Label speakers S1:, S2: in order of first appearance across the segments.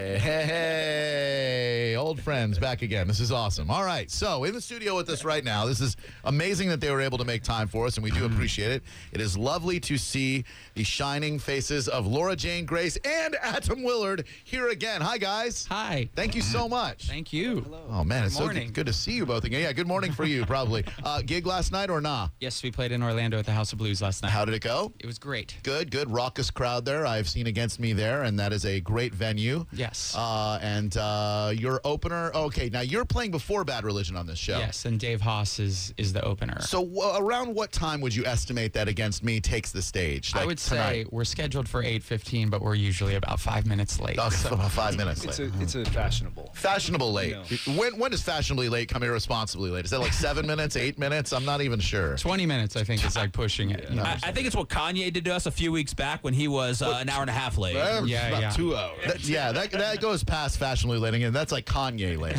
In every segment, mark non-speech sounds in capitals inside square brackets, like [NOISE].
S1: Hey, hey, hey, old friends back again. This is awesome. All right. So, in the studio with us right now, this is amazing that they were able to make time for us, and we do appreciate it. It is lovely to see the shining faces of Laura Jane Grace and Atom Willard here again. Hi, guys.
S2: Hi.
S1: Thank you so much.
S2: Thank you.
S1: Oh, man. It's
S2: Good
S1: so
S2: morning.
S1: good, good to see you both again. Yeah, good morning for you, probably. Uh, gig last night or nah?
S2: Yes, we played in Orlando at the House of Blues last night.
S1: How did it go?
S2: It was great.
S1: Good, good raucous crowd there. I've seen against me there, and that is a great venue.
S2: Yes.
S1: Uh, and uh, your opener. Okay, now you're playing before Bad Religion on this show.
S2: Yes, and Dave Haas is is the opener.
S1: So w- around what time would you estimate that Against Me takes the stage?
S2: I
S1: Like
S2: would say
S1: tonight?
S2: we're scheduled for 8:15, but we're usually about 5 minutes late.
S1: Oh, so about five minutes
S3: It's
S1: late.
S3: a it's a fashionable.
S1: Fashionable late.
S3: No.
S1: When when does fashionably late come irresponsibly late? Is that like seven [LAUGHS] minutes, eight minutes? I'm not even sure.
S2: 20 minutes I think is like pushing it. Yeah.
S4: I, I think it's what Kanye did to us a few weeks back when he was uh, an hour and a half late.
S1: Eh,
S2: Yeah,
S1: about
S2: yeah.
S1: two hours. That- yeah, that, that goes past fashionably late again. That's like Kanye
S2: [LAUGHS]
S1: late.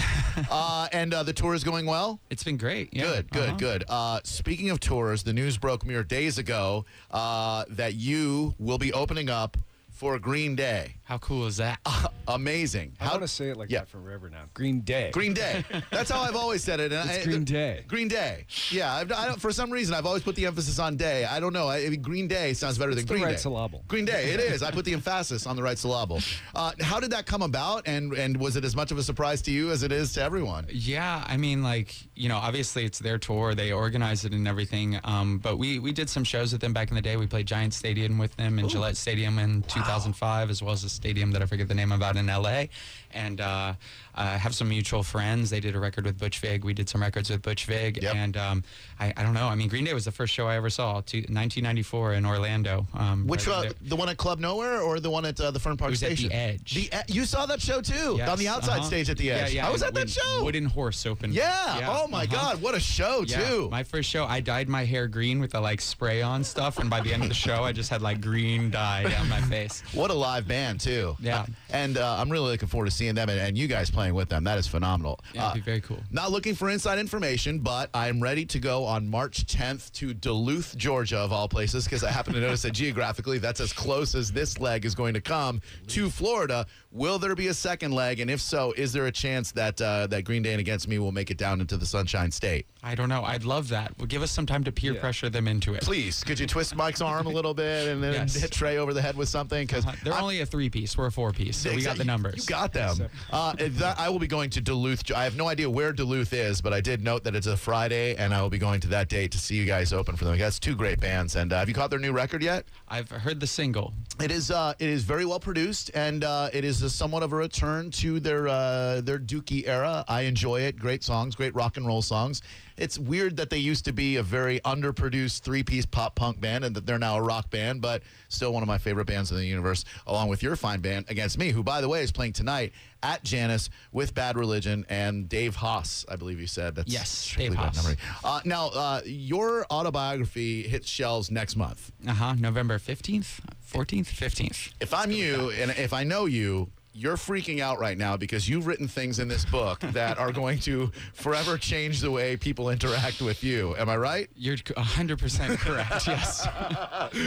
S1: Uh, and uh, the tour is going well.
S2: It's been great. Yeah.
S1: Good, good,
S2: Uh-huh.
S1: good. Uh, speaking of tours, the news broke mere days ago uh, that you will be opening up for Green Day. [LAUGHS]
S2: How cool is that?
S1: Amazing.
S3: I want to say it like
S1: yeah.
S3: that forever now. Green Day.
S1: Green Day. That's how I've always said it. And
S3: [LAUGHS] It's
S1: I-
S3: Green Day.
S1: Green Day. Yeah. I've, I don't, for some reason, I've always put the emphasis on day. I don't know. I, I mean, Green Day sounds better than
S3: the
S1: Green
S3: right
S1: Day.
S3: syllable.
S1: Green Day. It is. I put the emphasis on the right syllable. Uh, how did that come about? And and was it as much of a surprise to you as it is to everyone?
S2: Yeah, I mean, like you know, obviously it's their tour; they organize it and everything. Um, but we we did some shows with them back in the day. We played Giant Stadium with them and Gillette Stadium in 2005, as well as a stadium that I forget the name of out in LA. And uh, I have some mutual friends. They did a record with Butch Vig. We did some records with Butch Vig.
S1: Yep.
S2: And um, I, I don't know. I mean, Green Day was the first show I ever saw, to, 1994 in Orlando. Um,
S1: Which
S2: right
S1: uh,
S2: there.
S1: the one at Club Nowhere or the one at uh, the Fern Park
S2: It was at the
S1: Station?
S2: Edge.
S1: The E- you saw that show too
S2: Yes,
S1: on the outside
S2: uh-huh.
S1: stage at the Edge.
S2: Yeah, yeah.
S1: I was at
S2: Wooden-
S1: that show.
S2: Wooden Horse opened.
S1: yeah. Oh my
S2: uh-huh.
S1: God! What a show
S2: Yeah,
S1: too.
S2: My first show, I dyed my hair green with the like spray on stuff, and by the end of the show, I just had like green dye down
S1: [LAUGHS]
S2: my face.
S1: What a live band too.
S2: Yeah.
S1: Uh, and uh, I'm really looking forward to seeing them and, and you guys playing with them. That is phenomenal.
S2: Yeah, it'd be
S1: Uh,
S2: very cool.
S1: Not looking for inside information, but I'm ready to go on March 10th to Duluth, Georgia, of all places, because I happen to notice that [LAUGHS] geographically that's as close as this leg is going to come to Florida. Will there be a second leg? And if so, is there a chance that uh, that Green Day and Against Me will make it down into the Sunshine State?
S2: I don't know. I'd love that. Well, give us some time to peer
S3: Yeah.
S2: pressure them into it.
S1: Please, could you twist Mike's arm a little bit and then
S2: Yes.
S1: hit Trey over the head with something? Because
S2: Uh, They're only a three piece. We're a four piece, so we got the
S1: Exactly.
S2: numbers.
S1: You got them. Uh, that- I will be going to Duluth. I have no idea where Duluth is, but I did note that it's a Friday, and I will be going to that date to see you guys open for them. That's two great bands. And uh, have you caught their new record yet?
S2: I've heard the single.
S1: It is uh, it is very well produced, and uh, it is a somewhat of a return to their uh, their Dookie era. I enjoy it. Great songs, great rock and roll songs. It's weird that they used to be a very underproduced three piece pop punk band, and that they're now a rock band, but still one of my favorite bands in the universe, along with your fine band Against Me, who by the way is playing tonight at Janice with Bad Religion and Dave Haas, I believe you said. That's
S2: Yes,
S1: strictly
S2: Dave
S1: bad
S2: Haas.
S1: memory. Uh, now uh, your autobiography hits shelves next month
S2: Uh huh. November 15th, 14th, 15th.
S1: if I'm you and if I know you, you're freaking out right now because you've written things in this book that are going to forever change the way people interact with you. Am I right?
S2: You're 100%
S1: [LAUGHS]
S2: correct. [LAUGHS] yes.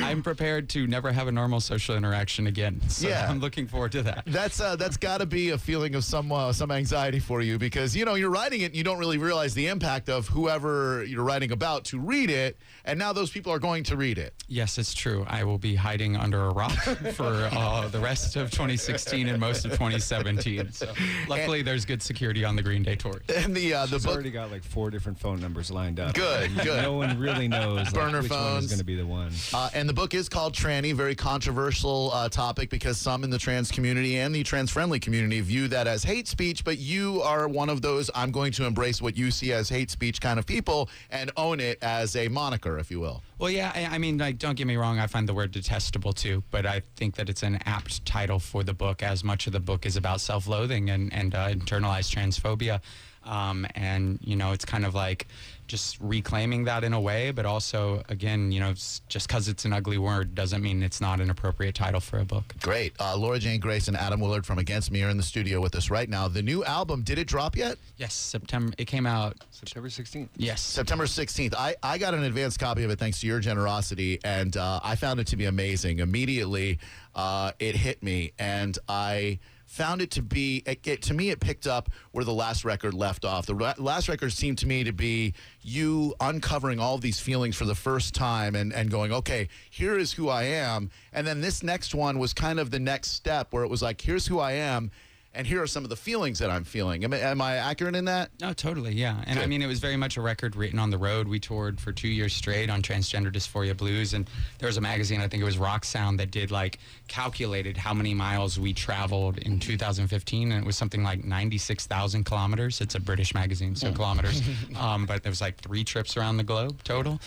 S2: I'm prepared to never have a normal social interaction again. So
S1: Yeah.
S2: I'm looking forward to that.
S1: That's uh, that's got to be a feeling of some uh, some anxiety for you because you know you're writing it and you don't really realize the impact of whoever you're writing about to read it, and now those people are going to read it. [LAUGHS]
S2: Yes, it's true. I will be hiding under a rock [LAUGHS] for uh, the rest of 2016 and most of 2017. So luckily, there's good security on the Green Day tour.
S1: And the uh, the
S3: He's
S1: book
S3: already got like four different phone numbers lined up.
S1: Good,
S3: And
S1: good.
S3: No one really knows like,
S1: Burner
S3: which one
S1: phones.
S3: is going to be the one.
S1: Uh, and the book is called Tranny, very controversial uh, topic because some in the trans community and the trans friendly community view that as hate speech. But you are one of those I'm going to embrace what you see as hate speech kind of people and own it as a moniker, if you will.
S2: Well, yeah, I, I mean, like, don't get me wrong. I find the word detestable too, but I think that it's an apt title for the book, as much of the book is about self-loathing and and uh, internalized transphobia, um, and you know, it's kind of like just reclaiming that in a way, but also, again, you know, s- just because it's an ugly word doesn't mean it's not an appropriate title for a book.
S1: Great. Uh, Laura Jane Grace and Adam Willard from Against Me are in the studio with us right now. The new album, did it drop yet?
S2: Yes, September. It came out.
S3: September 16th.
S2: Yes.
S1: September 16th. I, I got an advance copy of it thanks to your generosity, and uh, I found it to be amazing. Immediately, uh, it hit me, and I found it to be it, it- to me it picked up where the last record left off. The ra- last record seemed to me to be you uncovering all these feelings for the first time and and going, okay, here is who I am. And then this next one was kind of the next step where it was like, here's who I am. And here are some of the feelings that I'm feeling. Am, I- am I accurate in that?
S2: No, Oh, totally, yeah. And I
S1: Good.
S2: mean, it was very much a record written on the road. We toured for two years straight on transgender dysphoria blues, and there was a magazine, I think it was Rock Sound, that did like calculated how many miles we traveled in 2015, and it was something like 96,000 kilometers. It's a British magazine,
S3: Mm.
S2: so kilometers.
S3: [LAUGHS]
S2: Um, but there was like three trips around the globe total.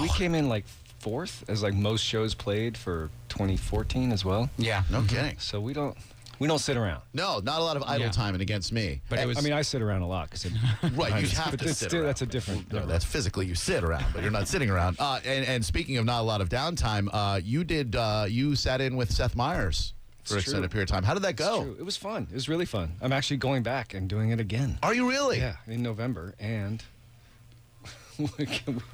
S3: We came in like fourth as like most shows played for 2014 as well.
S2: Yeah.
S1: No kidding.
S3: So we don't we don't sit around.
S1: No, not a lot of idle
S2: Yeah.
S1: time and against me.
S2: But it was.
S3: I mean, I sit around a lot because right,
S1: Right, [LAUGHS] you have
S3: but
S1: to
S3: [LAUGHS] it's
S1: sit
S3: still-
S1: around.
S3: that's a different-
S1: No, that's physically you sit around, but you're not sitting around. Uh, and, and speaking of not a lot of downtime, uh, you did uh, you sat in with Seth Meyers for
S3: It's
S1: a
S3: true.
S1: extended period of time. How did that go?
S3: it was fun. It was really fun. I'm actually going back and doing it again.
S1: Are you really?
S3: Yeah, in November and. [LAUGHS]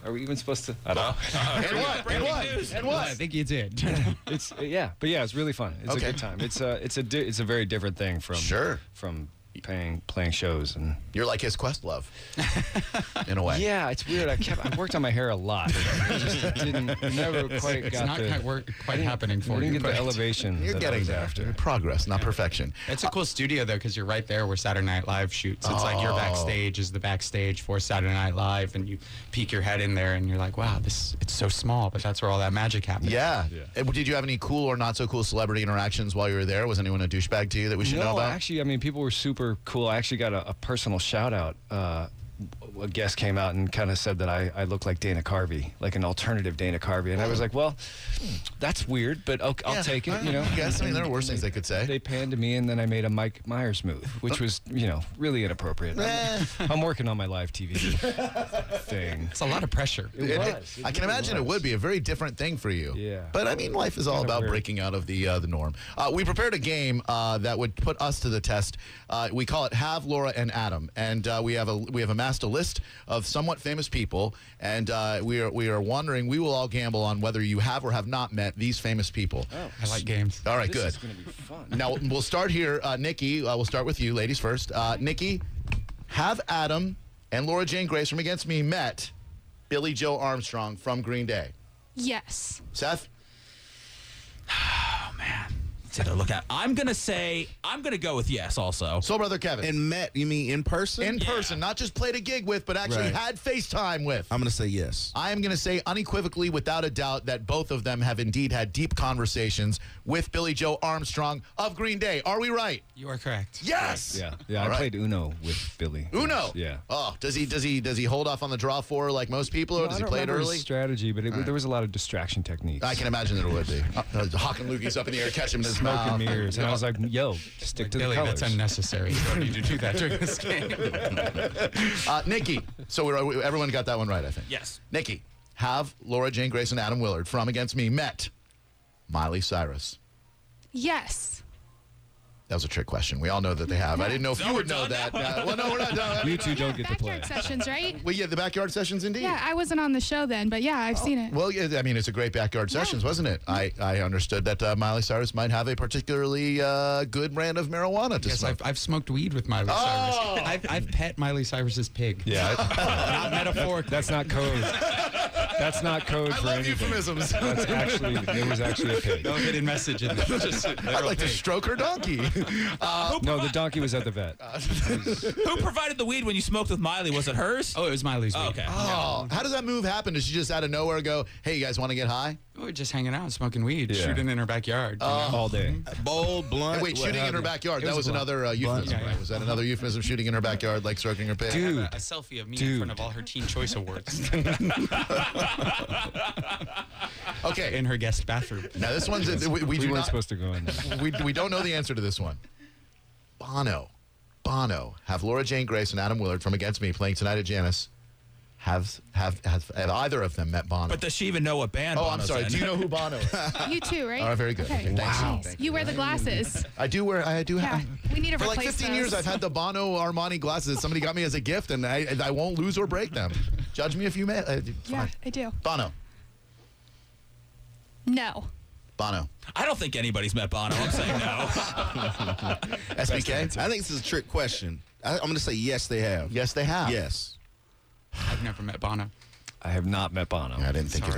S3: Are we even supposed to? I don't know.
S1: And what? And what? And
S2: I
S1: what?
S2: think you did.
S3: [LAUGHS] It's uh, yeah, but yeah, it's really fun. It's
S1: Okay.
S3: a good time. It's a it's a di- it's a very different thing from
S1: Sure.
S3: from playing playing shows and
S1: You're like his quest
S3: [LAUGHS]
S1: love, in a way.
S3: yeah, it's weird. I kept I worked on my hair a lot. [LAUGHS] I just didn't never quite
S2: [LAUGHS] it's
S3: got
S2: not
S3: the,
S2: quite, work, quite happening
S3: I
S2: for
S3: didn't
S2: you.
S3: get the
S2: but-
S3: elevation.
S1: You're
S3: that I
S1: getting
S3: was
S1: there.
S3: after.
S1: Progress, not perfection.
S2: It's a cool studio though, because you're right there where Saturday Night Live shoots. It's like
S3: Oh.
S2: your backstage is the backstage for Saturday Night Live, and you peek your head in there, and you're like, "Wow, this it's so small," but that's where all that magic happens.
S1: Yeah.
S3: Yeah.
S1: Uh, Did you have any cool or not so cool celebrity interactions while you were there? Was anyone a douchebag to you that we should
S3: no,
S1: know about?
S3: actually, I mean, people were super cool. I actually got a, a personal shout out. Uh, a guest came out and kind of said that I, I look like Dana Carvey, like an alternative Dana Carvey, and I was like, well, that's weird, but I'll, I'll
S1: Hmm. Yeah,
S3: take it. You know,
S1: I guess I mean there are worse things they could say.
S3: They panned to me, and then I made a Mike Myers move, which was, you know, really inappropriate.
S1: Eh.
S3: I'm, I'm working on my
S1: [LAUGHS]
S3: live TV thing.
S2: it's a lot of pressure.
S3: It
S1: It-
S3: was. It
S1: I can
S3: really
S1: imagine it
S3: was.
S1: would be a very different thing for you.
S3: Yeah.
S1: But I mean, life is all
S3: Kinda
S1: about
S3: weird.
S1: breaking out of the uh, the norm. Uh, we prepared a game uh, that would put us to the test. Uh, we call it Have Laura and Adam, and uh, we have a we have amassed a list of somewhat famous people, and uh, we are we are wondering. We will all gamble on whether you have or have not met these famous people.
S2: I like games.
S1: All right,
S3: Oh. This
S1: good.
S3: is gonna be fun.
S1: Now we'll start here, uh, Nikki. Uh, we'll start with you, ladies first. Uh, Nikki, have Adam and Laura Jane Grace from Against Me met Billy Joe Armstrong from Green Day?
S5: Yes.
S1: Seth,
S4: To the look at. I'm gonna say I'm gonna go with yes. Also,
S1: Soul Brother Kevin,
S6: And met, you mean in person?
S1: in person, not just played a gig with, but actually
S6: Right.
S1: had FaceTime with.
S6: I'm gonna say yes.
S1: I am going to say unequivocally, without a doubt, that both of them have indeed had deep conversations with Billy Joe Armstrong of Green Day. Are we right?
S2: You are correct.
S1: Yes.
S3: Yeah, yeah.
S1: All
S3: I
S1: right.
S3: played Uno with Billy.
S1: Uno.
S3: Yeah.
S1: Oh, does he does he does he hold off on the draw four like most people, or
S3: Well,
S1: Oh, does
S3: I
S1: he
S3: don't
S1: play it
S3: remember his
S1: early?
S3: strategy, but it, there was a lot of distraction techniques.
S1: I can imagine there would
S3: [LAUGHS]
S1: be. Uh, uh, Hawk and Lukey's up in the air, catch him in his
S3: smoke
S1: mouth.
S3: and mirrors, and I was like, "Yo, stick to
S2: Billy,
S3: the colors."
S2: that's unnecessary. You don't need to do that during
S3: [LAUGHS]
S2: this game.
S1: Uh, Nikki. So we're, we- everyone got that one right, I think.
S4: Yes.
S1: Nikki, have Laura Jane Grace and Adam Willard from Against Me met Miley Cyrus.
S5: Yes.
S1: That was a trick question. We all know that they have. I didn't know if you would know that. Uh, well, no, we're not done.
S3: [LAUGHS] you two
S5: yeah,
S3: don't get to play.
S5: backyard sessions,
S1: [LAUGHS]
S5: right?
S1: Well, yeah, the backyard sessions, indeed.
S5: yeah, I wasn't on the show then, but yeah, I've seen it.
S1: Well, yeah, I mean, it's a great backyard sessions, wasn't it? I, I understood that uh, Miley Cyrus might have a particularly uh, good brand of marijuana to
S2: Yes,
S1: smoke.
S2: I've, I've smoked weed with Miley Cyrus. I've, I've pet Miley Cyrus's pig.
S3: Oh! Yeah, I-
S2: Not metaphorically.
S3: that's not code. That's not code for anything.
S1: euphemisms.
S3: [LAUGHS] That's actually there was actually a pig.
S2: No hidden message
S3: [LAUGHS]
S2: in there. Just a
S1: I'd
S2: literal
S1: like to
S2: pig.
S1: stroke her donkey.
S3: No, the donkey was at the vet.
S4: who provided the weed when you smoked with Miley? Was it hers?
S2: [LAUGHS] Oh, it was Miley's weed.
S4: Oh, okay.
S1: Oh, how does that move happen? Does she just out of nowhere go, "Hey, you guys want to get high?"
S2: We were just hanging out, smoking weed,
S3: Yeah. Oh.
S2: shooting in her backyard. you know?
S3: All day.
S6: Uh, Bold, blunt.
S3: Uh,
S1: And wait,
S6: what
S1: shooting in
S6: have
S1: her
S6: you.
S1: backyard. that was,
S3: was a blunt.
S1: another uh, euphemism.
S2: Yeah, yeah.
S1: right? Was that another euphemism? Shooting in her backyard, like stroking her pig.
S2: I have
S3: Dude.
S2: a, a selfie of me in
S3: Dude.
S2: front of all her Teen Choice
S3: [LAUGHS]
S2: Awards
S1: Okay.
S2: in her
S1: [LAUGHS]
S2: guest bathroom.
S1: Now this one's a, we, we
S3: We
S1: do
S3: weren't
S1: not.
S3: supposed to go in. there.
S1: we, we don't know the answer to this one. Bono. Bono. Have Laura Jane Grace and Adam Willard from Against Me playing tonight at Janice. Have have have, have either of them met Bono?
S4: But does she even know what band?
S1: oh, I'm
S4: Bono's
S1: sorry.
S4: in?
S1: Do you know who Bono
S3: [LAUGHS]
S1: is?
S5: You too, right?
S1: All right, very good. Okay, thank you.
S5: Wow.
S1: Thank
S5: You wear the
S1: [LAUGHS]
S5: glasses.
S1: I do wear. I do
S5: Yeah,
S1: have.
S5: we need to
S1: For
S5: replace
S1: like 15 years,
S5: those.
S1: I've had the Bono Armani glasses that somebody got me as a gift, and I I won't lose or break them. Judge me if you may. Uh,
S5: Yeah,
S1: fine.
S5: I do.
S1: Bono.
S5: No.
S1: Bono.
S4: [LAUGHS] I don't think anybody's met Bono. I'm
S1: [LAUGHS]
S4: saying no.
S1: SBK?
S6: I think this is a trick question. I, I'm going to say yes, they have.
S1: Yes, they have.
S6: Yes.
S2: I've never met Bono.
S3: I have not met Bono.
S1: I didn't think it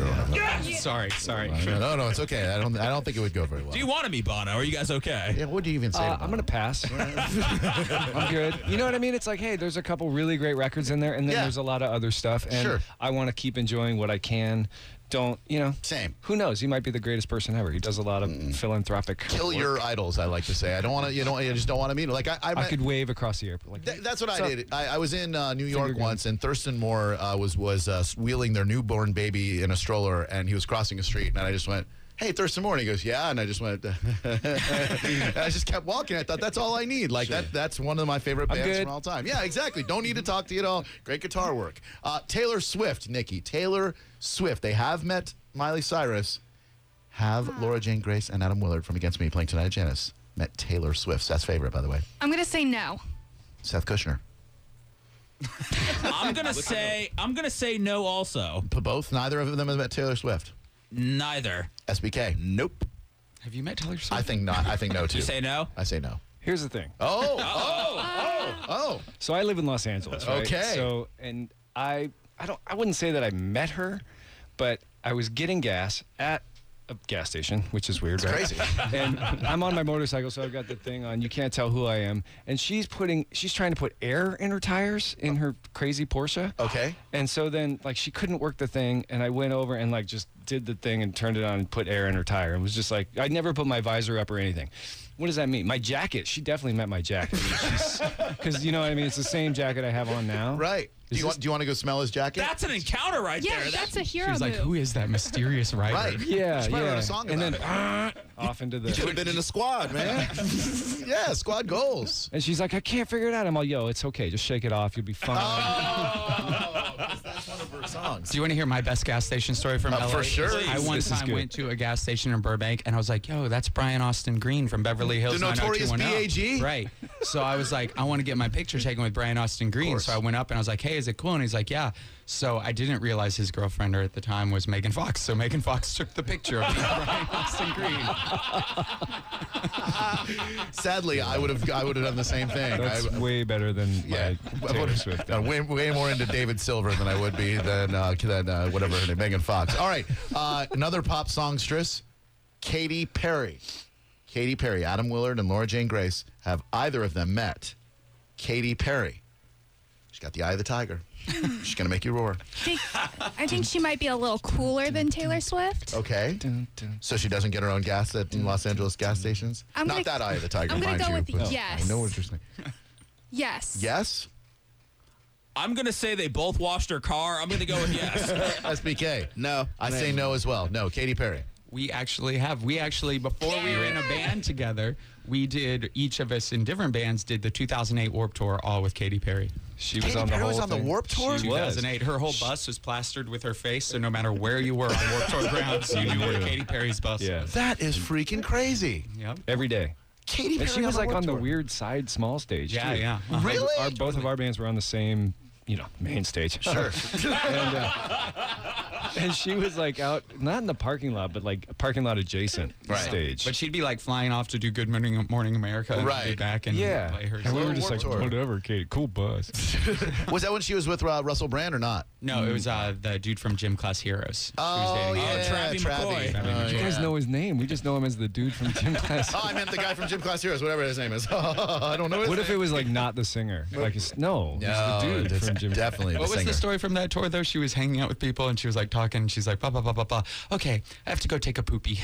S1: would.
S2: Sorry, sorry.
S1: No, no, it's okay. I don't. I don't think it would go very well.
S4: Do you want to meet Bono? Are you guys okay?
S1: yeah, what do you even say?
S3: Uh,
S1: to
S3: I'm
S1: Bono?
S3: gonna pass.
S1: [LAUGHS]
S3: I'm good. You know what I mean? It's like, hey, there's a couple really great records in there, and then
S1: Yeah.
S3: there's a lot of other stuff, and
S1: Sure.
S3: I want to keep enjoying what I can. Don't you know?
S1: Same.
S3: Who knows? He might be the greatest person ever. He does a lot of philanthropic.
S1: kill
S3: work.
S1: your idols. I like to say. I don't want to. You know. I just don't want to meet. him. Like I. I,
S3: I
S1: met-
S3: could wave across the airport. Like,
S1: Th- that's what I
S3: So-
S1: did. I, I was in uh, New York
S3: Finger gun.
S1: once, and Thurston Moore uh, was was uh, wheeling their newborn baby in a stroller, and he was crossing a street, and I just went. Hey, Thurston Moore. And he goes, yeah. And I just went, [LAUGHS] and I just kept walking. I thought, that's all I need. Like, that. that's one of my favorite bands
S3: good.
S1: from all time. Yeah, exactly. Don't need to talk to you at all. Great guitar work. Uh, Taylor Swift, Nikki. Taylor Swift. They have met Miley Cyrus. Have Laura Jane Grace and Adam Willard from Against Me playing tonight at Janice. Met Taylor Swift. Seth's favorite, by the way.
S5: I'm gonna say no.
S1: Seth Kushner. [LAUGHS]
S4: I'm gonna say I'm gonna say no. Also,
S1: But both, neither of them have met Taylor Swift.
S4: neither.
S1: SBK. Nope.
S2: Have you met Taylor Swift?
S1: I think not. I think no too.
S4: You say no.
S1: I say no.
S3: here's the thing.
S1: Oh,
S4: [LAUGHS]
S1: oh, oh,
S3: So I live in Los Angeles, right?
S1: Okay.
S3: So and I I don't I wouldn't say that I met her, but I was getting gas at a gas station, which is weird, right?
S1: crazy.
S3: [LAUGHS] and I'm on my motorcycle, so I've got the thing on. You can't tell who I am. And she's putting she's trying to put air in her tires in her crazy Porsche.
S1: Okay.
S3: And so then like she couldn't work the thing and I went over and like just did the thing and turned it on and put air in her tire. It was just like I never put my visor up or anything. What does that mean? My jacket. She definitely meant
S1: [LAUGHS]
S3: my jacket. Because you know what I mean? It's the same jacket I have on now.
S1: Right. Do you, want, do you want to go smell his jacket?
S4: That's an encounter right
S5: Yeah,
S4: there.
S5: that's a hero
S2: She's like,
S5: move.
S2: who is that mysterious
S1: [LAUGHS]
S2: writer?
S1: right.
S3: Yeah.
S1: She probably
S3: yeah.
S1: wrote a song
S3: and
S1: about
S3: then "Ah," off into the
S6: Should have been in the squad, man.
S1: Yeah, squad goals.
S3: And she's like, I can't figure it out. I'm all, yo, it's okay. Just shake it
S1: [LAUGHS]
S3: off. You'll be fine.
S1: Ah, Songs.
S2: Do you want to hear my best gas station story from
S1: Uh,
S2: LA?
S1: for sure.
S2: I
S1: Please.
S2: one
S3: This is
S2: time
S3: good.
S2: went to a gas station in Burbank, and I was like, "Yo, that's Brian Austin Green from Beverly Hills."
S1: The notorious
S2: 90210."
S1: B.A.G.?
S2: Right. So I was like, "I want to get my picture taken with Brian Austin Green."
S1: course.
S2: So I went up and I was like, "Hey, is it cool?" And he's like, "Yeah." So I didn't realize his girlfriend, or at the time, was Megan Fox. So Megan Fox [LAUGHS] took the picture of Brian Austin Green.
S1: Sadly, I would have I would have done the same thing.
S3: That's
S1: I,
S3: way better than
S1: yeah, [LAUGHS]
S3: yeah. Taylor Swift.
S1: I'm Uh, way, way more into David Silver than I would be than uh, than uh, whatever her name, Megan Fox. All right, uh, another pop songstress, Katy Perry. Katy Perry, Adam Willard, and Laura Jane Grace. Have either of them met Katy Perry? She's got the eye of the
S5: [LAUGHS]
S1: tiger. She's gonna make you roar.
S5: Think- I think she might be a little cooler than
S1: [LAUGHS]
S5: Taylor Swift.
S1: Okay.
S3: Dun, dun.
S1: So she doesn't get her own gas at in Los Angeles gas stations.
S5: I'm
S1: Not
S5: gonna-
S1: that eye of the tiger,
S5: I'm gonna
S1: mind
S5: go
S1: you.
S5: with
S1: but
S5: yes.
S1: I know what you're saying.
S5: Yes.
S1: Yes.
S4: I'm gonna say they both washed her car. I'm gonna go with
S1: [LAUGHS]
S4: yes.
S1: SBK.
S6: No.
S1: I say no as well. No, Katy Perry.
S2: We actually have. We actually, before we were in a band together, we did, each of us in different bands, did the 2008 Warp Tour all with Katy Perry.
S3: She was
S1: Katy
S3: on the
S1: Perry
S3: whole
S1: was on the
S3: thing.
S1: Warped Tour?
S3: She was.
S2: 2008. Her whole bus was plastered with her face, so no matter where you were on Warped Tour grounds, you knew where Katy Perry's bus
S3: Yeah.
S2: was.
S1: That is freaking crazy.
S2: Yep.
S3: Every day.
S1: Katy Perry.
S3: And she was like
S1: Warped
S3: on the
S1: Tour.
S3: weird side small stage.
S2: Yeah,
S3: too.
S2: yeah.
S3: [LAUGHS] Our-
S1: Really?
S3: Our, both of our bands were on the same, you know,
S1: [LAUGHS]
S3: main stage. Sure. and, uh, and she was like out, not in the parking lot, but like a parking lot adjacent stage.
S2: But she'd be like flying off to do Good Morning, Morning America and
S1: Right.
S2: be back and
S3: yeah.
S2: play her.
S3: And we were just
S1: Warped
S3: like,
S1: Tour.
S3: whatever, Katie,
S1: [LAUGHS]
S3: cool bus.
S1: Was that when she was with uh, Russell Brand or not?
S2: no, it was uh, the dude from Gym Class Heroes.
S1: Oh,
S2: She was dating-
S1: yeah,
S4: Travie McCoy.
S1: Travie.
S2: Travie
S1: Oh,
S3: You guys
S1: yeah. [LAUGHS]
S3: know his name. We just know him as the dude from Gym Class.
S1: Oh, I meant the guy from Gym Class Heroes, whatever his name is. [LAUGHS] I don't know. His
S3: what if
S1: name.
S3: it was like not the singer? Like, it's, no, he's the dude
S1: it's
S3: from Gym
S1: definitely. the
S2: What was
S1: singer.
S2: the story from that tour though? She was hanging out with people and she was like talking. She's like, blah blah blah blah blah. Okay, I have to go take a poopy.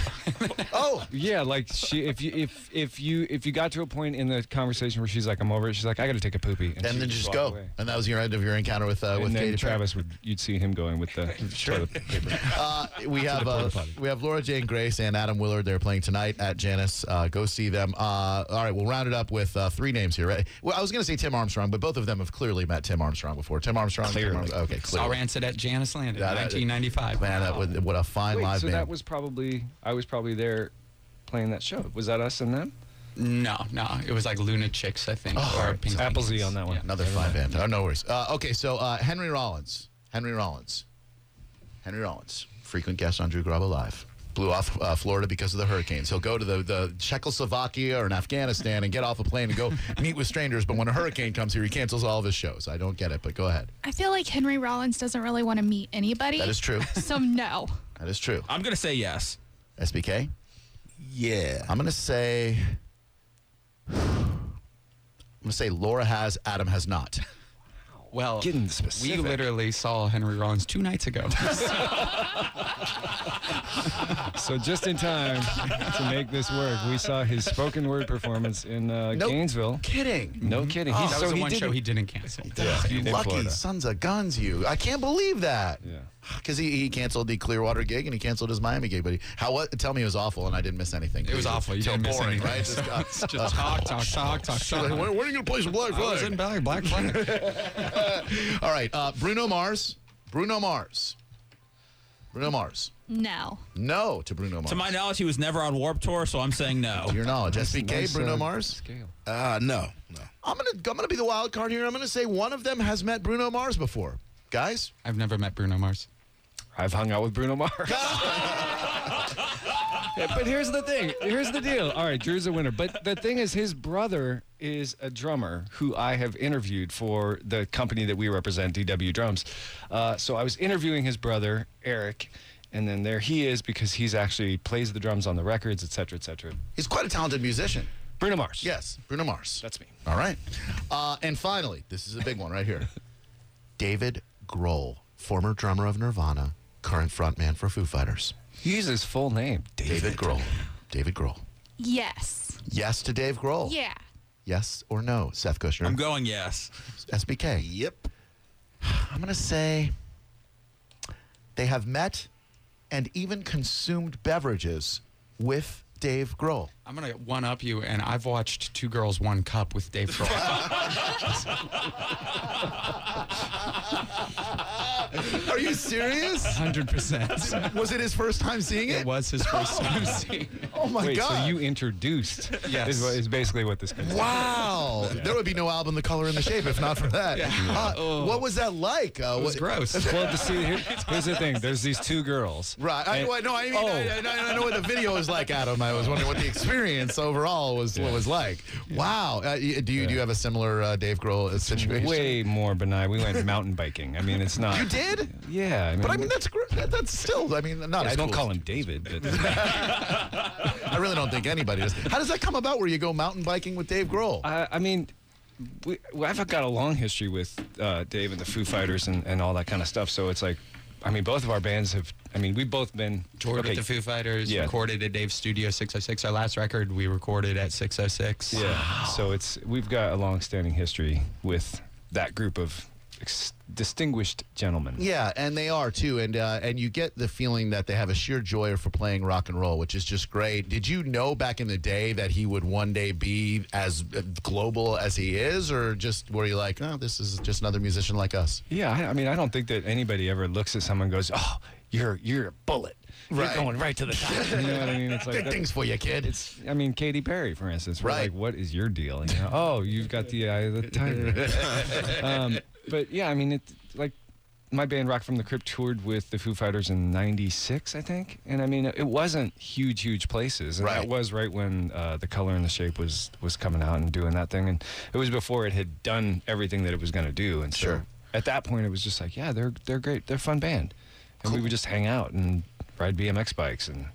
S2: [LAUGHS]
S1: Oh,
S3: Yeah, like she if you if if you if you got to a point in the conversation where she's like, I'm over it, she's like, I gotta take a poopy. And,
S1: and
S3: she
S1: then
S3: would
S1: just
S3: walk
S1: go.
S3: away.
S1: And that was your end of your encounter with uh,
S3: And
S1: with
S3: then
S1: Katy Perry.
S3: Travis would you'd see him going with
S1: [LAUGHS]
S3: the toilet paper.
S1: Uh, we have uh, we have Laura Jane Grace and Adam Willard. They're playing tonight at Janice. Uh, go see them. Uh, all right, we'll round it up with uh, three names here. Right? Well, I was going to say Tim Armstrong, but both of them have clearly met Tim Armstrong before. Tim Armstrong. Tim
S3: Clearly.
S1: Armstrong- okay,
S2: Saw
S1: clearly.
S2: Rancid at Janice Land in
S1: Yeah, that- uh,
S2: 1995.
S1: Man, that, what, what a fine
S3: Wait,
S1: live
S3: so
S1: band.
S3: that was probably I was probably there playing that show. Was that us and them?
S2: No, no, it was like Luna Chicks, I think, or
S1: alright.
S2: Pink
S3: Apple's
S2: Blankets.
S3: E on that one.
S1: Another fine band. Oh, no worries. Uh, okay, so uh, Henry Rollins. Henry Rollins. Henry Rollins. Frequent guest on Drew Garabo Live. blew off uh, Florida because of the hurricanes. He'll go to the, the Czechoslovakia or in Afghanistan and get off a plane and go meet with strangers. But when a hurricane comes here, he cancels all of his shows. I don't get it, but go ahead.
S5: I feel like Henry Rollins doesn't really want to meet anybody.
S1: That is true.
S5: So no.
S1: That is true.
S4: I'm gonna say yes.
S1: SBK?
S6: [LAUGHS] Yeah.
S1: I'm going to say. [SIGHS] I'm going to say Laura has, Adam has not. [LAUGHS]
S2: Well,
S3: Getting specific.
S2: we literally saw Henry Rollins two nights ago. [LAUGHS]
S3: So just
S1: [LAUGHS]
S3: in time to make this work, we saw his spoken word performance in uh,
S1: Nope. Mm-hmm.
S3: Gainesville.
S1: Kidding.
S3: No kidding.
S2: Oh. that
S3: He's-
S2: was
S3: so
S2: the
S3: he
S2: one show
S3: didn't-
S2: he didn't cancel.
S3: in
S1: Lucky
S3: Florida.
S1: sons of guns, you! I can't believe that. [SIGHS]
S3: Yeah.
S1: Because he, he canceled the Clearwater gig and he canceled his Miami gig, but he, how? What? Tell me it was awful and I didn't miss anything.
S2: It was awful. You
S1: Till
S2: didn't miss
S1: boring,
S2: anything.
S1: right?
S2: [LAUGHS]
S1: Just, uh,
S2: Just talk, talk, talk, talk, talk.
S1: like, where, where are you gonna play some black
S2: I was
S1: flag?
S2: in Black Black Planet.
S1: All right, uh, Bruno Mars. Bruno Mars. Bruno Mars.
S5: No.
S1: No to Bruno Mars.
S4: To my knowledge, he was never on Warp Tour, so I'm saying no.
S1: To your knowledge, SBK,
S3: nice,
S1: Bruno
S3: uh,
S1: Mars.
S3: Scale.
S6: Uh, no, no.
S1: I'm gonna I'm gonna be the wild card here. I'm gonna say one of them has met Bruno Mars before, guys.
S2: I've never met Bruno Mars.
S3: I've hung out with Bruno Mars.
S1: [LAUGHS]
S3: Yeah, but here's the thing. Here's the deal. All right, Drew's a winner. But the thing is, his brother is a drummer who I have interviewed for the company that we represent, DW Drums. Uh, so I was interviewing his brother, Eric, and then there he is because he's actually plays the drums on the records, et cetera, et cetera.
S1: He's quite a talented musician.
S3: Bruno Mars.
S1: Yes, Bruno Mars.
S3: That's me.
S1: All right. Uh, and finally, this is a big one right here. [LAUGHS] David Grohl, former drummer of Nirvana, current frontman for Foo Fighters.
S3: He uses his full name,
S1: David
S3: David.
S1: Grohl. David Grohl.
S5: Yes.
S1: Yes to Dave Grohl.
S5: Yeah.
S1: Yes or no, Seth Kushner.
S4: I'm going yes.
S1: SBK.
S6: Yep.
S1: I'm going to say they have met and even consumed beverages with Dave Grohl.
S2: I'm gonna one up you, and I've watched Two Girls One Cup with Dave Grohl.
S1: Are you serious?
S2: Hundred percent.
S1: Was it his first time seeing
S2: It was his
S1: [LAUGHS]
S2: first time seeing. it.
S1: Oh my
S3: Wait,
S1: God.
S3: so you
S1: [LAUGHS]
S3: introduced?
S2: Yes.
S3: Is, what- is basically what this comes.
S1: Wow, there would be no album, The Color and the Shape, if not for that.
S3: [LAUGHS]
S1: Uh,
S3: Oh.
S1: what was that like? Uh,
S2: It was
S1: what-
S2: gross.
S3: Well, to see, here, here's the thing. There's these two girls.
S1: Right. I,
S3: And-
S1: well, no, I mean,
S3: oh,
S1: I, I- I know what the video was like, Adam. I was wondering what
S3: [LAUGHS]
S1: the experience overall was what was like. Wow. Uh, y- do you do you have a similar uh, Dave Grohl uh, situation?
S3: way more benign. We went mountain biking. I mean, it's not.
S1: You did?
S3: Yeah.
S1: But I mean, that's gr- that, that's still. I mean, not.
S3: I
S1: as
S3: don't
S1: cool.
S3: call him
S1: [LAUGHS]
S3: David, but
S1: I really don't think anybody does. How does that come about? Where you go mountain biking with Dave Grohl?
S3: I, I mean, we, we- I've got a long history with uh, Dave and the Foo Fighters and, and all that kind of stuff. So it's like, I mean, both of our bands have. I mean, we've both been.
S2: Toured
S3: okay,
S2: with the Foo Fighters.
S3: Yeah.
S2: Recorded at Dave's Studio 606. Our last record we recorded at 606.
S3: Yeah. So it's we've got a long-standing history with that group of ex- distinguished gentlemen.
S1: Yeah, and they are too, and uh, and you get the feeling that they have a sheer joy for playing rock and roll, which is just great. Did you know back in the day that he would one day be as uh, global as he is, or just were you like, oh, this is just another musician like us?
S3: Yeah, I, I mean, I don't think that anybody ever looks at someone and goes, "Oh, you're you're a bullet.
S1: Right. [LAUGHS]
S3: You're going right to the top." you know what I mean? It's like
S1: Big
S3: that-
S1: things for you, kid.
S3: It's I mean, Katy Perry, for instance. We're
S1: Right.
S3: Like, what is your deal? You know, oh, you've got the eye of the tiger.
S1: [LAUGHS]
S3: [LAUGHS] um, but yeah, I mean, it like my band Rock from the Crypt toured with the Foo Fighters in '96, I think, and I mean, it wasn't huge, huge places. And
S1: Right.
S3: That was right when uh, the Color and the Shape was was coming out and doing that thing, and it was before it had done everything that it was going to do, and so
S1: Sure.
S3: at that point, it was just like, yeah, they're they're great, they're a fun band, and we would just hang out and ride BMX bikes and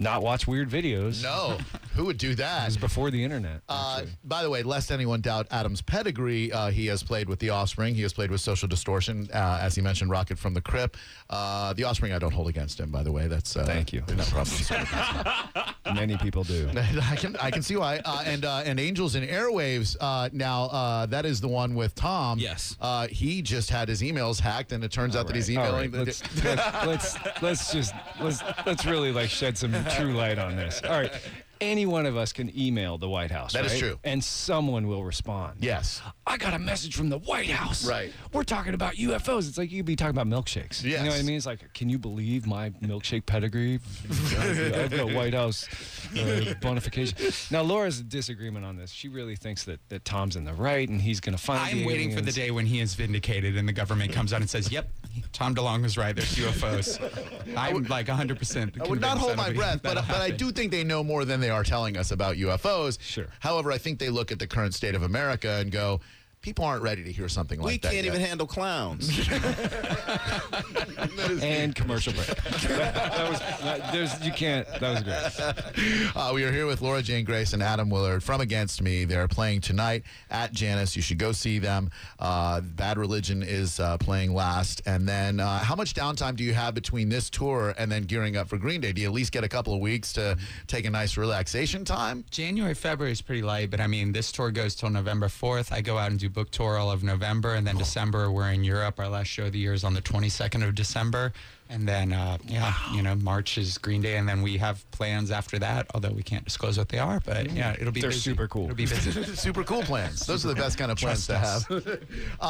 S3: not watch weird videos.
S1: no, who would do that?
S3: It was before the internet.
S1: Uh,
S3: actually.
S1: by the way, lest anyone doubt Adam's pedigree, uh, he has played with The Offspring. He has played with Social Distortion, uh, as he mentioned, Rocket from the Crypt. Uh, the Offspring, I don't hold against him, by the way. That's uh,
S3: Thank you.
S1: No
S3: [LAUGHS]
S1: problem.
S3: Many
S1: [LAUGHS]
S3: people do.
S1: I can I can see why. Uh, and uh, and Angels and Airwaves. Uh, now uh, that is the one with Tom.
S4: Yes.
S1: Uh, he just had his emails hacked, and it turns out that he's
S3: All
S1: emailing.
S3: right,
S1: the- [LAUGHS]
S3: let's, let's, let's let's just let's let's really like shed some true light on this. All right, any one of us can email the White House.
S1: That is
S3: right?
S1: true.
S3: and someone will respond.
S1: yes.
S3: I got a message from the White House.
S1: Right.
S3: We're talking about UFOs. It's like you'd be talking about milkshakes. You know what I
S1: Yes.
S3: mean? It's like, can you believe my milkshake pedigree? [LAUGHS] I've got White House uh, bonification. Now, Laura's disagreement on this. She really thinks that, that Tom's in the right and he's going to find
S2: I'm waiting for the day when he is vindicated and the government comes out and says, "Yep, Tom DeLong was right. There's UFOs. I'm like 100. percent
S1: I would not hold my breath, but, but I do think they know more than they are telling us about UFOs.
S3: Sure.
S1: However, I think they look at the current state of America and go, people aren't ready to hear something
S6: we
S1: like that.
S6: can't even
S1: yet."
S6: handle clowns.
S3: and commercial break. that, [LAUGHS] that was that, there's you can't. That was great.
S1: Uh, we are here with Laura Jane Grace and Adam Willard from Against Me. They're playing tonight at Janice. You should go see them. Uh, Bad Religion is uh, playing last. And then, uh, how much downtime do you have between this tour and then gearing up for Green Day? Do you at least get a couple of weeks to take a nice relaxation time? [LAUGHS]
S2: January, February is pretty light, but I mean, this tour goes till November 4th. I go out and do book tour all of November, and then December, we're in Europe. Our last show of the year is on the 22nd of December. And then, uh, yeah, you know, March is Green Day, and then we have plans after that, although we can't disclose what they are, but yeah, it'll be
S3: Mm. They're
S2: busy.
S3: super cool.
S2: It'll be
S3: [LAUGHS]
S2: busy.
S1: Super cool plans. Those are the best kind of plans to have.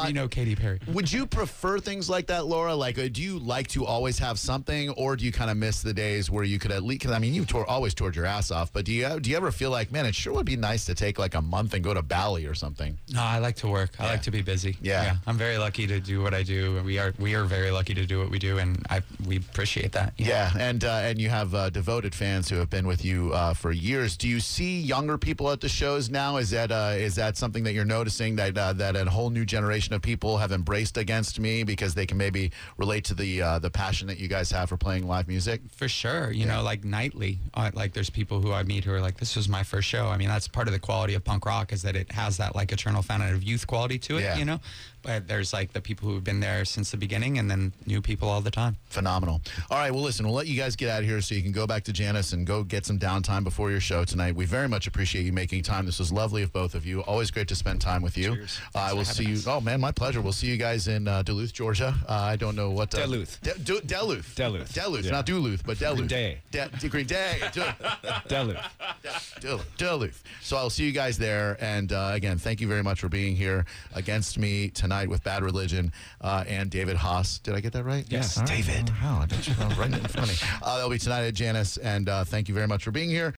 S2: you know, Katy Perry.
S3: Mm-hmm.
S1: Would you prefer things like that, Laura? Like, uh, do you like to always have something, or do you kind of miss the days where you could at least? Because I mean, you tore always toured your ass off, but do you do you ever feel like, man, it sure would be nice to take like a month and go to Bali or something?
S2: No, I like to work. I like to be busy.
S1: Yeah.
S2: I'm very lucky to do what I do. and We are we are very lucky to do what we do, and I we appreciate that. you know.
S1: Yeah, and uh, and you have uh, devoted fans who have been with you uh, for years. Do you see younger people at the shows now? Is that uh, is that something that you're noticing that uh, that a whole new generation of people have embraced against me because they can maybe relate to the uh, the passion that you guys have for playing live music?
S2: for sure. You know, like nightly, uh, like there's people who I meet who are like, "This was my first show." I mean, that's part of the quality of punk rock is that it has that like eternal fountain of youth quality to it.
S1: Yeah.
S2: You know, but there's like the people who've been there since the beginning, and then new people all the time.
S1: Phenomenal. All right, well, listen, we'll let you guys get out of here so you can go back to Janice and go get some downtime before your show tonight. We very much appreciate you making time. This was lovely of both of you. Always great to spend time with you. I will see you. Oh, man, my pleasure. We'll see you guys in uh, Duluth, Georgia. Uh, I don't know what. Uh,
S3: Duluth.
S1: De- Du- Duluth.
S3: Duluth.
S1: Duluth,
S3: Yeah.
S1: not Duluth, but Duluth.
S3: Day.
S1: De- Green Day. Du-
S3: Delu.
S1: Duluth. Duluth. So I'll see you guys there. And uh, again, thank you very much for being here against me tonight with Bad Religion uh, and David Haas. Did I get that right?
S3: Yes.
S1: All right. David. Wow, I got you wrong right in front of me. Uh, that'll be tonight at Janice. And uh, thank you very much for being here.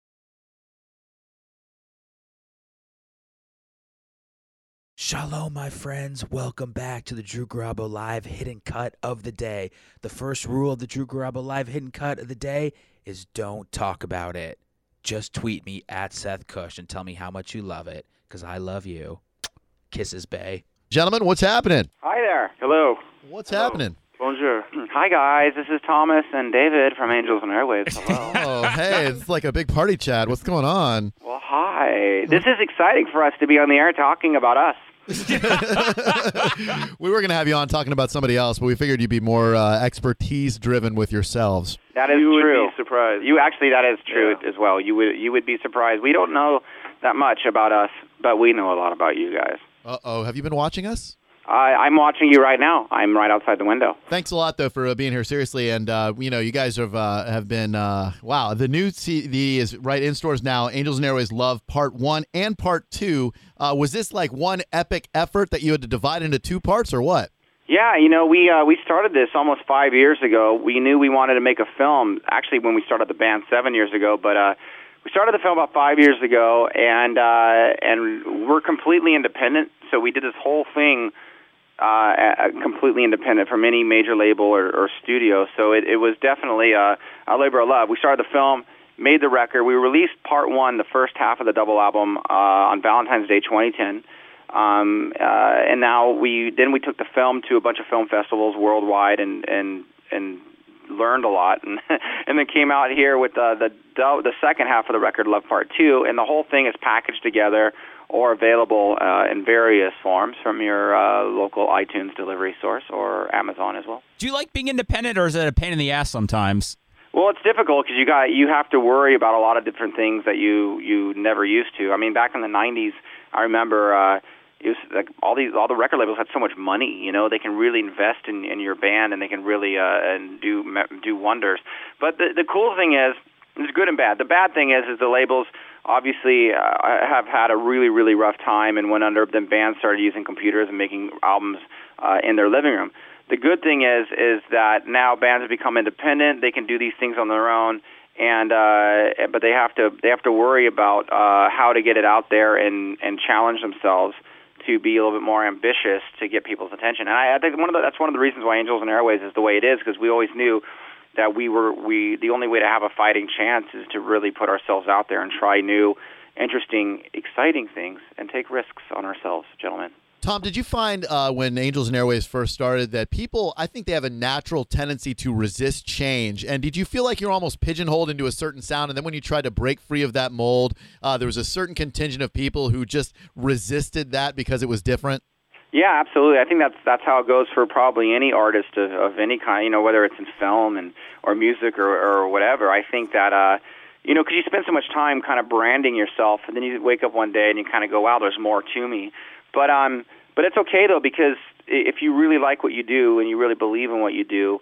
S7: Shalom, my friends. Welcome back to the Drew Garabo Live Hidden Cut of the Day. The first rule of the Drew Garabo Live Hidden Cut of the Day is don't talk about it. Just tweet me at Seth Cush and tell me how much you love it, because I love you. Kisses, Bay.
S1: Gentlemen, what's happening?
S8: Hi there. Hello.
S1: What's
S8: Hello.
S1: happening?
S8: Bonjour. [CLEARS THROAT] Hi, guys. This is Thomas and David from Angels
S9: [LAUGHS]
S8: and Airwaves. Hello.
S1: Oh, hey, it's like a big party chat. What's going on?
S8: well, hi. This is exciting for us to be on the air talking about us.
S1: We were going to have you on talking about somebody else, but we figured you'd be more uh, expertise driven with yourselves.
S8: That is
S9: you would
S8: true.
S9: be surprised.
S8: You actually, that is true as well. You would you would be surprised. We don't know that much about us, but we know a lot about you guys.
S1: Uh oh, have you been watching us?
S8: I, I'm watching you right now. I'm right outside the window.
S1: Thanks a lot though for uh, being here seriously, and uh, you know you guys have uh, have been uh, wow. The new CD is right in stores now. Angels and Airways Love Part One and Part Two. Uh, was this like one epic effort that you had to divide into two parts, or what?
S8: Yeah, you know, we uh, we started this almost five years ago. We knew we wanted to make a film. Actually, when we started the band seven years ago, but uh, we started the film about five years ago, and uh, and we're completely independent. So we did this whole thing uh, a- a- completely independent from any major label or, or studio. So it, it was definitely a, a labor of love. We started the film, made the record. We released part one, the first half of the double album, uh, on Valentine's Day 2010. Um, uh, and now we then we took the film to a bunch of film festivals worldwide and and and learned a lot [LAUGHS] and and then came out here with uh, the dou- the second half of the record love part 2 and the whole thing is packaged together or available uh, in various forms from your uh, local iTunes delivery source or Amazon as well.
S9: Do you like being independent, or is it a pain in the ass sometimes?
S8: Well, it's difficult because you got you have to worry about a lot of different things that you you never used to. I mean, back in the '90s, I remember uh, it was like all these all the record labels had so much money. You know, they can really invest in in your band and they can really uh, and do me- do wonders. But the the cool thing is, it's good and bad. The bad thing is, is the labels obviously uh, have had a really really rough time and went under. Then bands started using computers and making albums uh, in their living room the good thing is is that now bands have become independent. They can do these things on their own, and uh, but they have to they have to worry about uh, how to get it out there and and challenge themselves to be a little bit more ambitious to get people's attention. And I, I think one of the, that's one of the reasons why Angels and Airways is the way it is because we always knew that we were we the only way to have a fighting chance is to really put ourselves out there and try new, interesting, exciting things and take risks on ourselves, gentlemen.
S1: Tom, did you find uh, when Angels and Airways first started that people, I think they have a natural tendency to resist change? And did you feel like you're almost pigeonholed into a certain sound? And then when you tried to break free of that mold, uh, there was a certain contingent of people who just resisted that because it was different?
S8: Yeah, absolutely. I think that's that's how it goes for probably any artist of, of any kind. You know, whether it's in film and or music or, or whatever. I think that uh, you know, because you spend so much time kind of branding yourself, and then you wake up one day and you kind of go, "Wow, there's more to me." But um, but it's okay though because i- if you really like what you do and you really believe in what you do,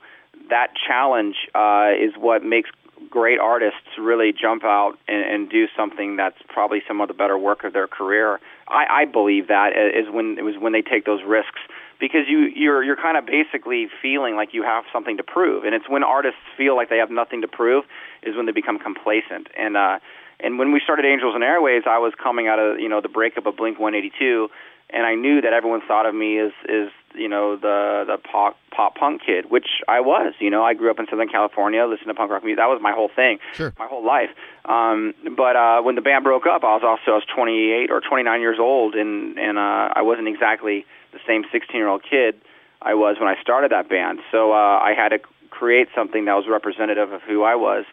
S8: that challenge uh, is what makes great artists really jump out and, and do something that's probably some of the better work of their career. I, I believe that i- is when it was when they take those risks because you you're you're kind of basically feeling like you have something to prove, and it's when artists feel like they have nothing to prove is when they become complacent and. uh and when we started Angels and Airways, I was coming out of you know the breakup of Blink 182, and I knew that everyone thought of me as is you know the the pop pop punk kid, which I was. You know, I grew up in Southern California, listened to punk rock music. That was my whole thing,
S1: Sure.
S8: my whole life. Um, but uh, when the band broke up, I was also I was 28 or 29 years old, and and uh, I wasn't exactly the same 16 year old kid I was when I started that band. So uh, I had to create something that was representative of who I was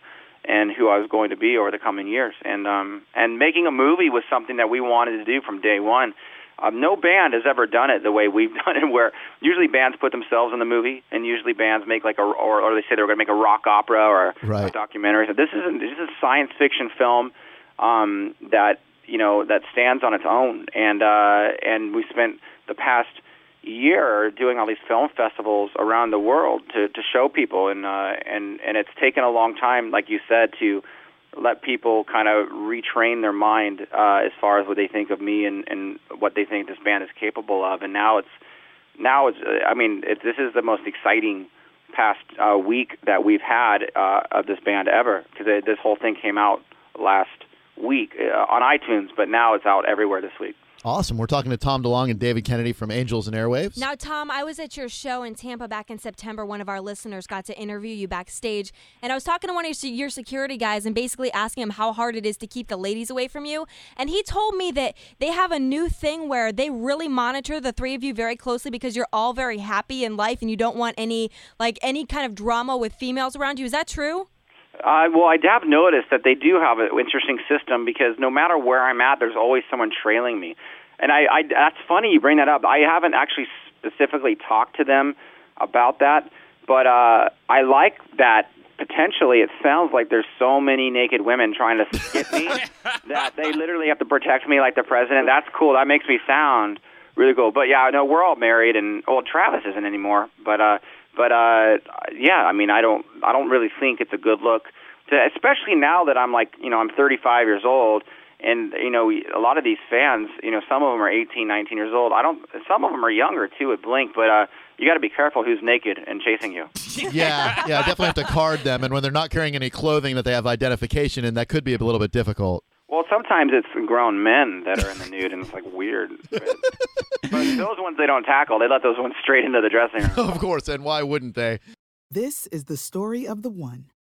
S8: and who I was going to be over the coming years. And um, and making a movie was something that we wanted to do from day one. Um, no band has ever done it the way we've [LAUGHS] done it, where usually bands put themselves in the movie, and usually bands make like a or, or they say they're going to make a rock opera or a
S10: Right.
S8: documentary. So this is a, this is a science fiction film um, that you know that stands on its own, and uh, and we spent the past year doing all these film festivals around the world to, to show people and uh, and and it's taken a long time, like you said, to let people kind of retrain their mind uh, as far as what they think of me and, and what they think this band is capable of. And now it's now it's uh, I mean it, this is the most exciting past uh, week that we've had uh, of this band ever because this whole thing came out last week uh, on iTunes, but now it's out everywhere this week.
S1: Awesome. We're talking to Tom DeLong and David Kennedy from Angels and Airwaves.
S11: Now, Tom, I was at your show in Tampa back in September. One of our listeners got to interview you backstage, and I was talking to one of your security guys and basically asking him how hard it is to keep the ladies away from you. And he told me that they have a new thing where they really monitor the three of you very closely because you're all very happy in life and you don't want any like any kind of drama with females around you. Is that true?
S8: Uh, well, I have noticed that they do have an interesting system because no matter where I'm at, there's always someone trailing me, and I, I that's funny you bring that up. I haven't actually specifically talked to them about that, but uh, I like that. Potentially, it sounds like there's so many naked women trying to skip me that they literally have to protect me like the president. That's cool. That makes me sound really cool. But yeah, no, we're all married, and well, Travis isn't anymore. But uh, but uh, yeah, I mean, I don't, I don't really think it's a good look, to, especially now that I'm like, you know, I'm 35 years old, and you know, a lot of these fans, you know, some of them are 18, 19 years old. I don't, some of them are younger too at Blink, but uh, you got to be careful who's naked and chasing you.
S1: yeah, yeah, definitely have to card them. And when they're not carrying any clothing that they have identification in, that could be a little bit difficult.
S8: Well, sometimes it's grown men that are in the nude, and it's like weird. But, but those ones they don't tackle; they let those ones [LAUGHS] straight into the dressing
S1: [LAUGHS]
S8: room.
S1: of course, and why wouldn't they?
S4: This is the story of the one.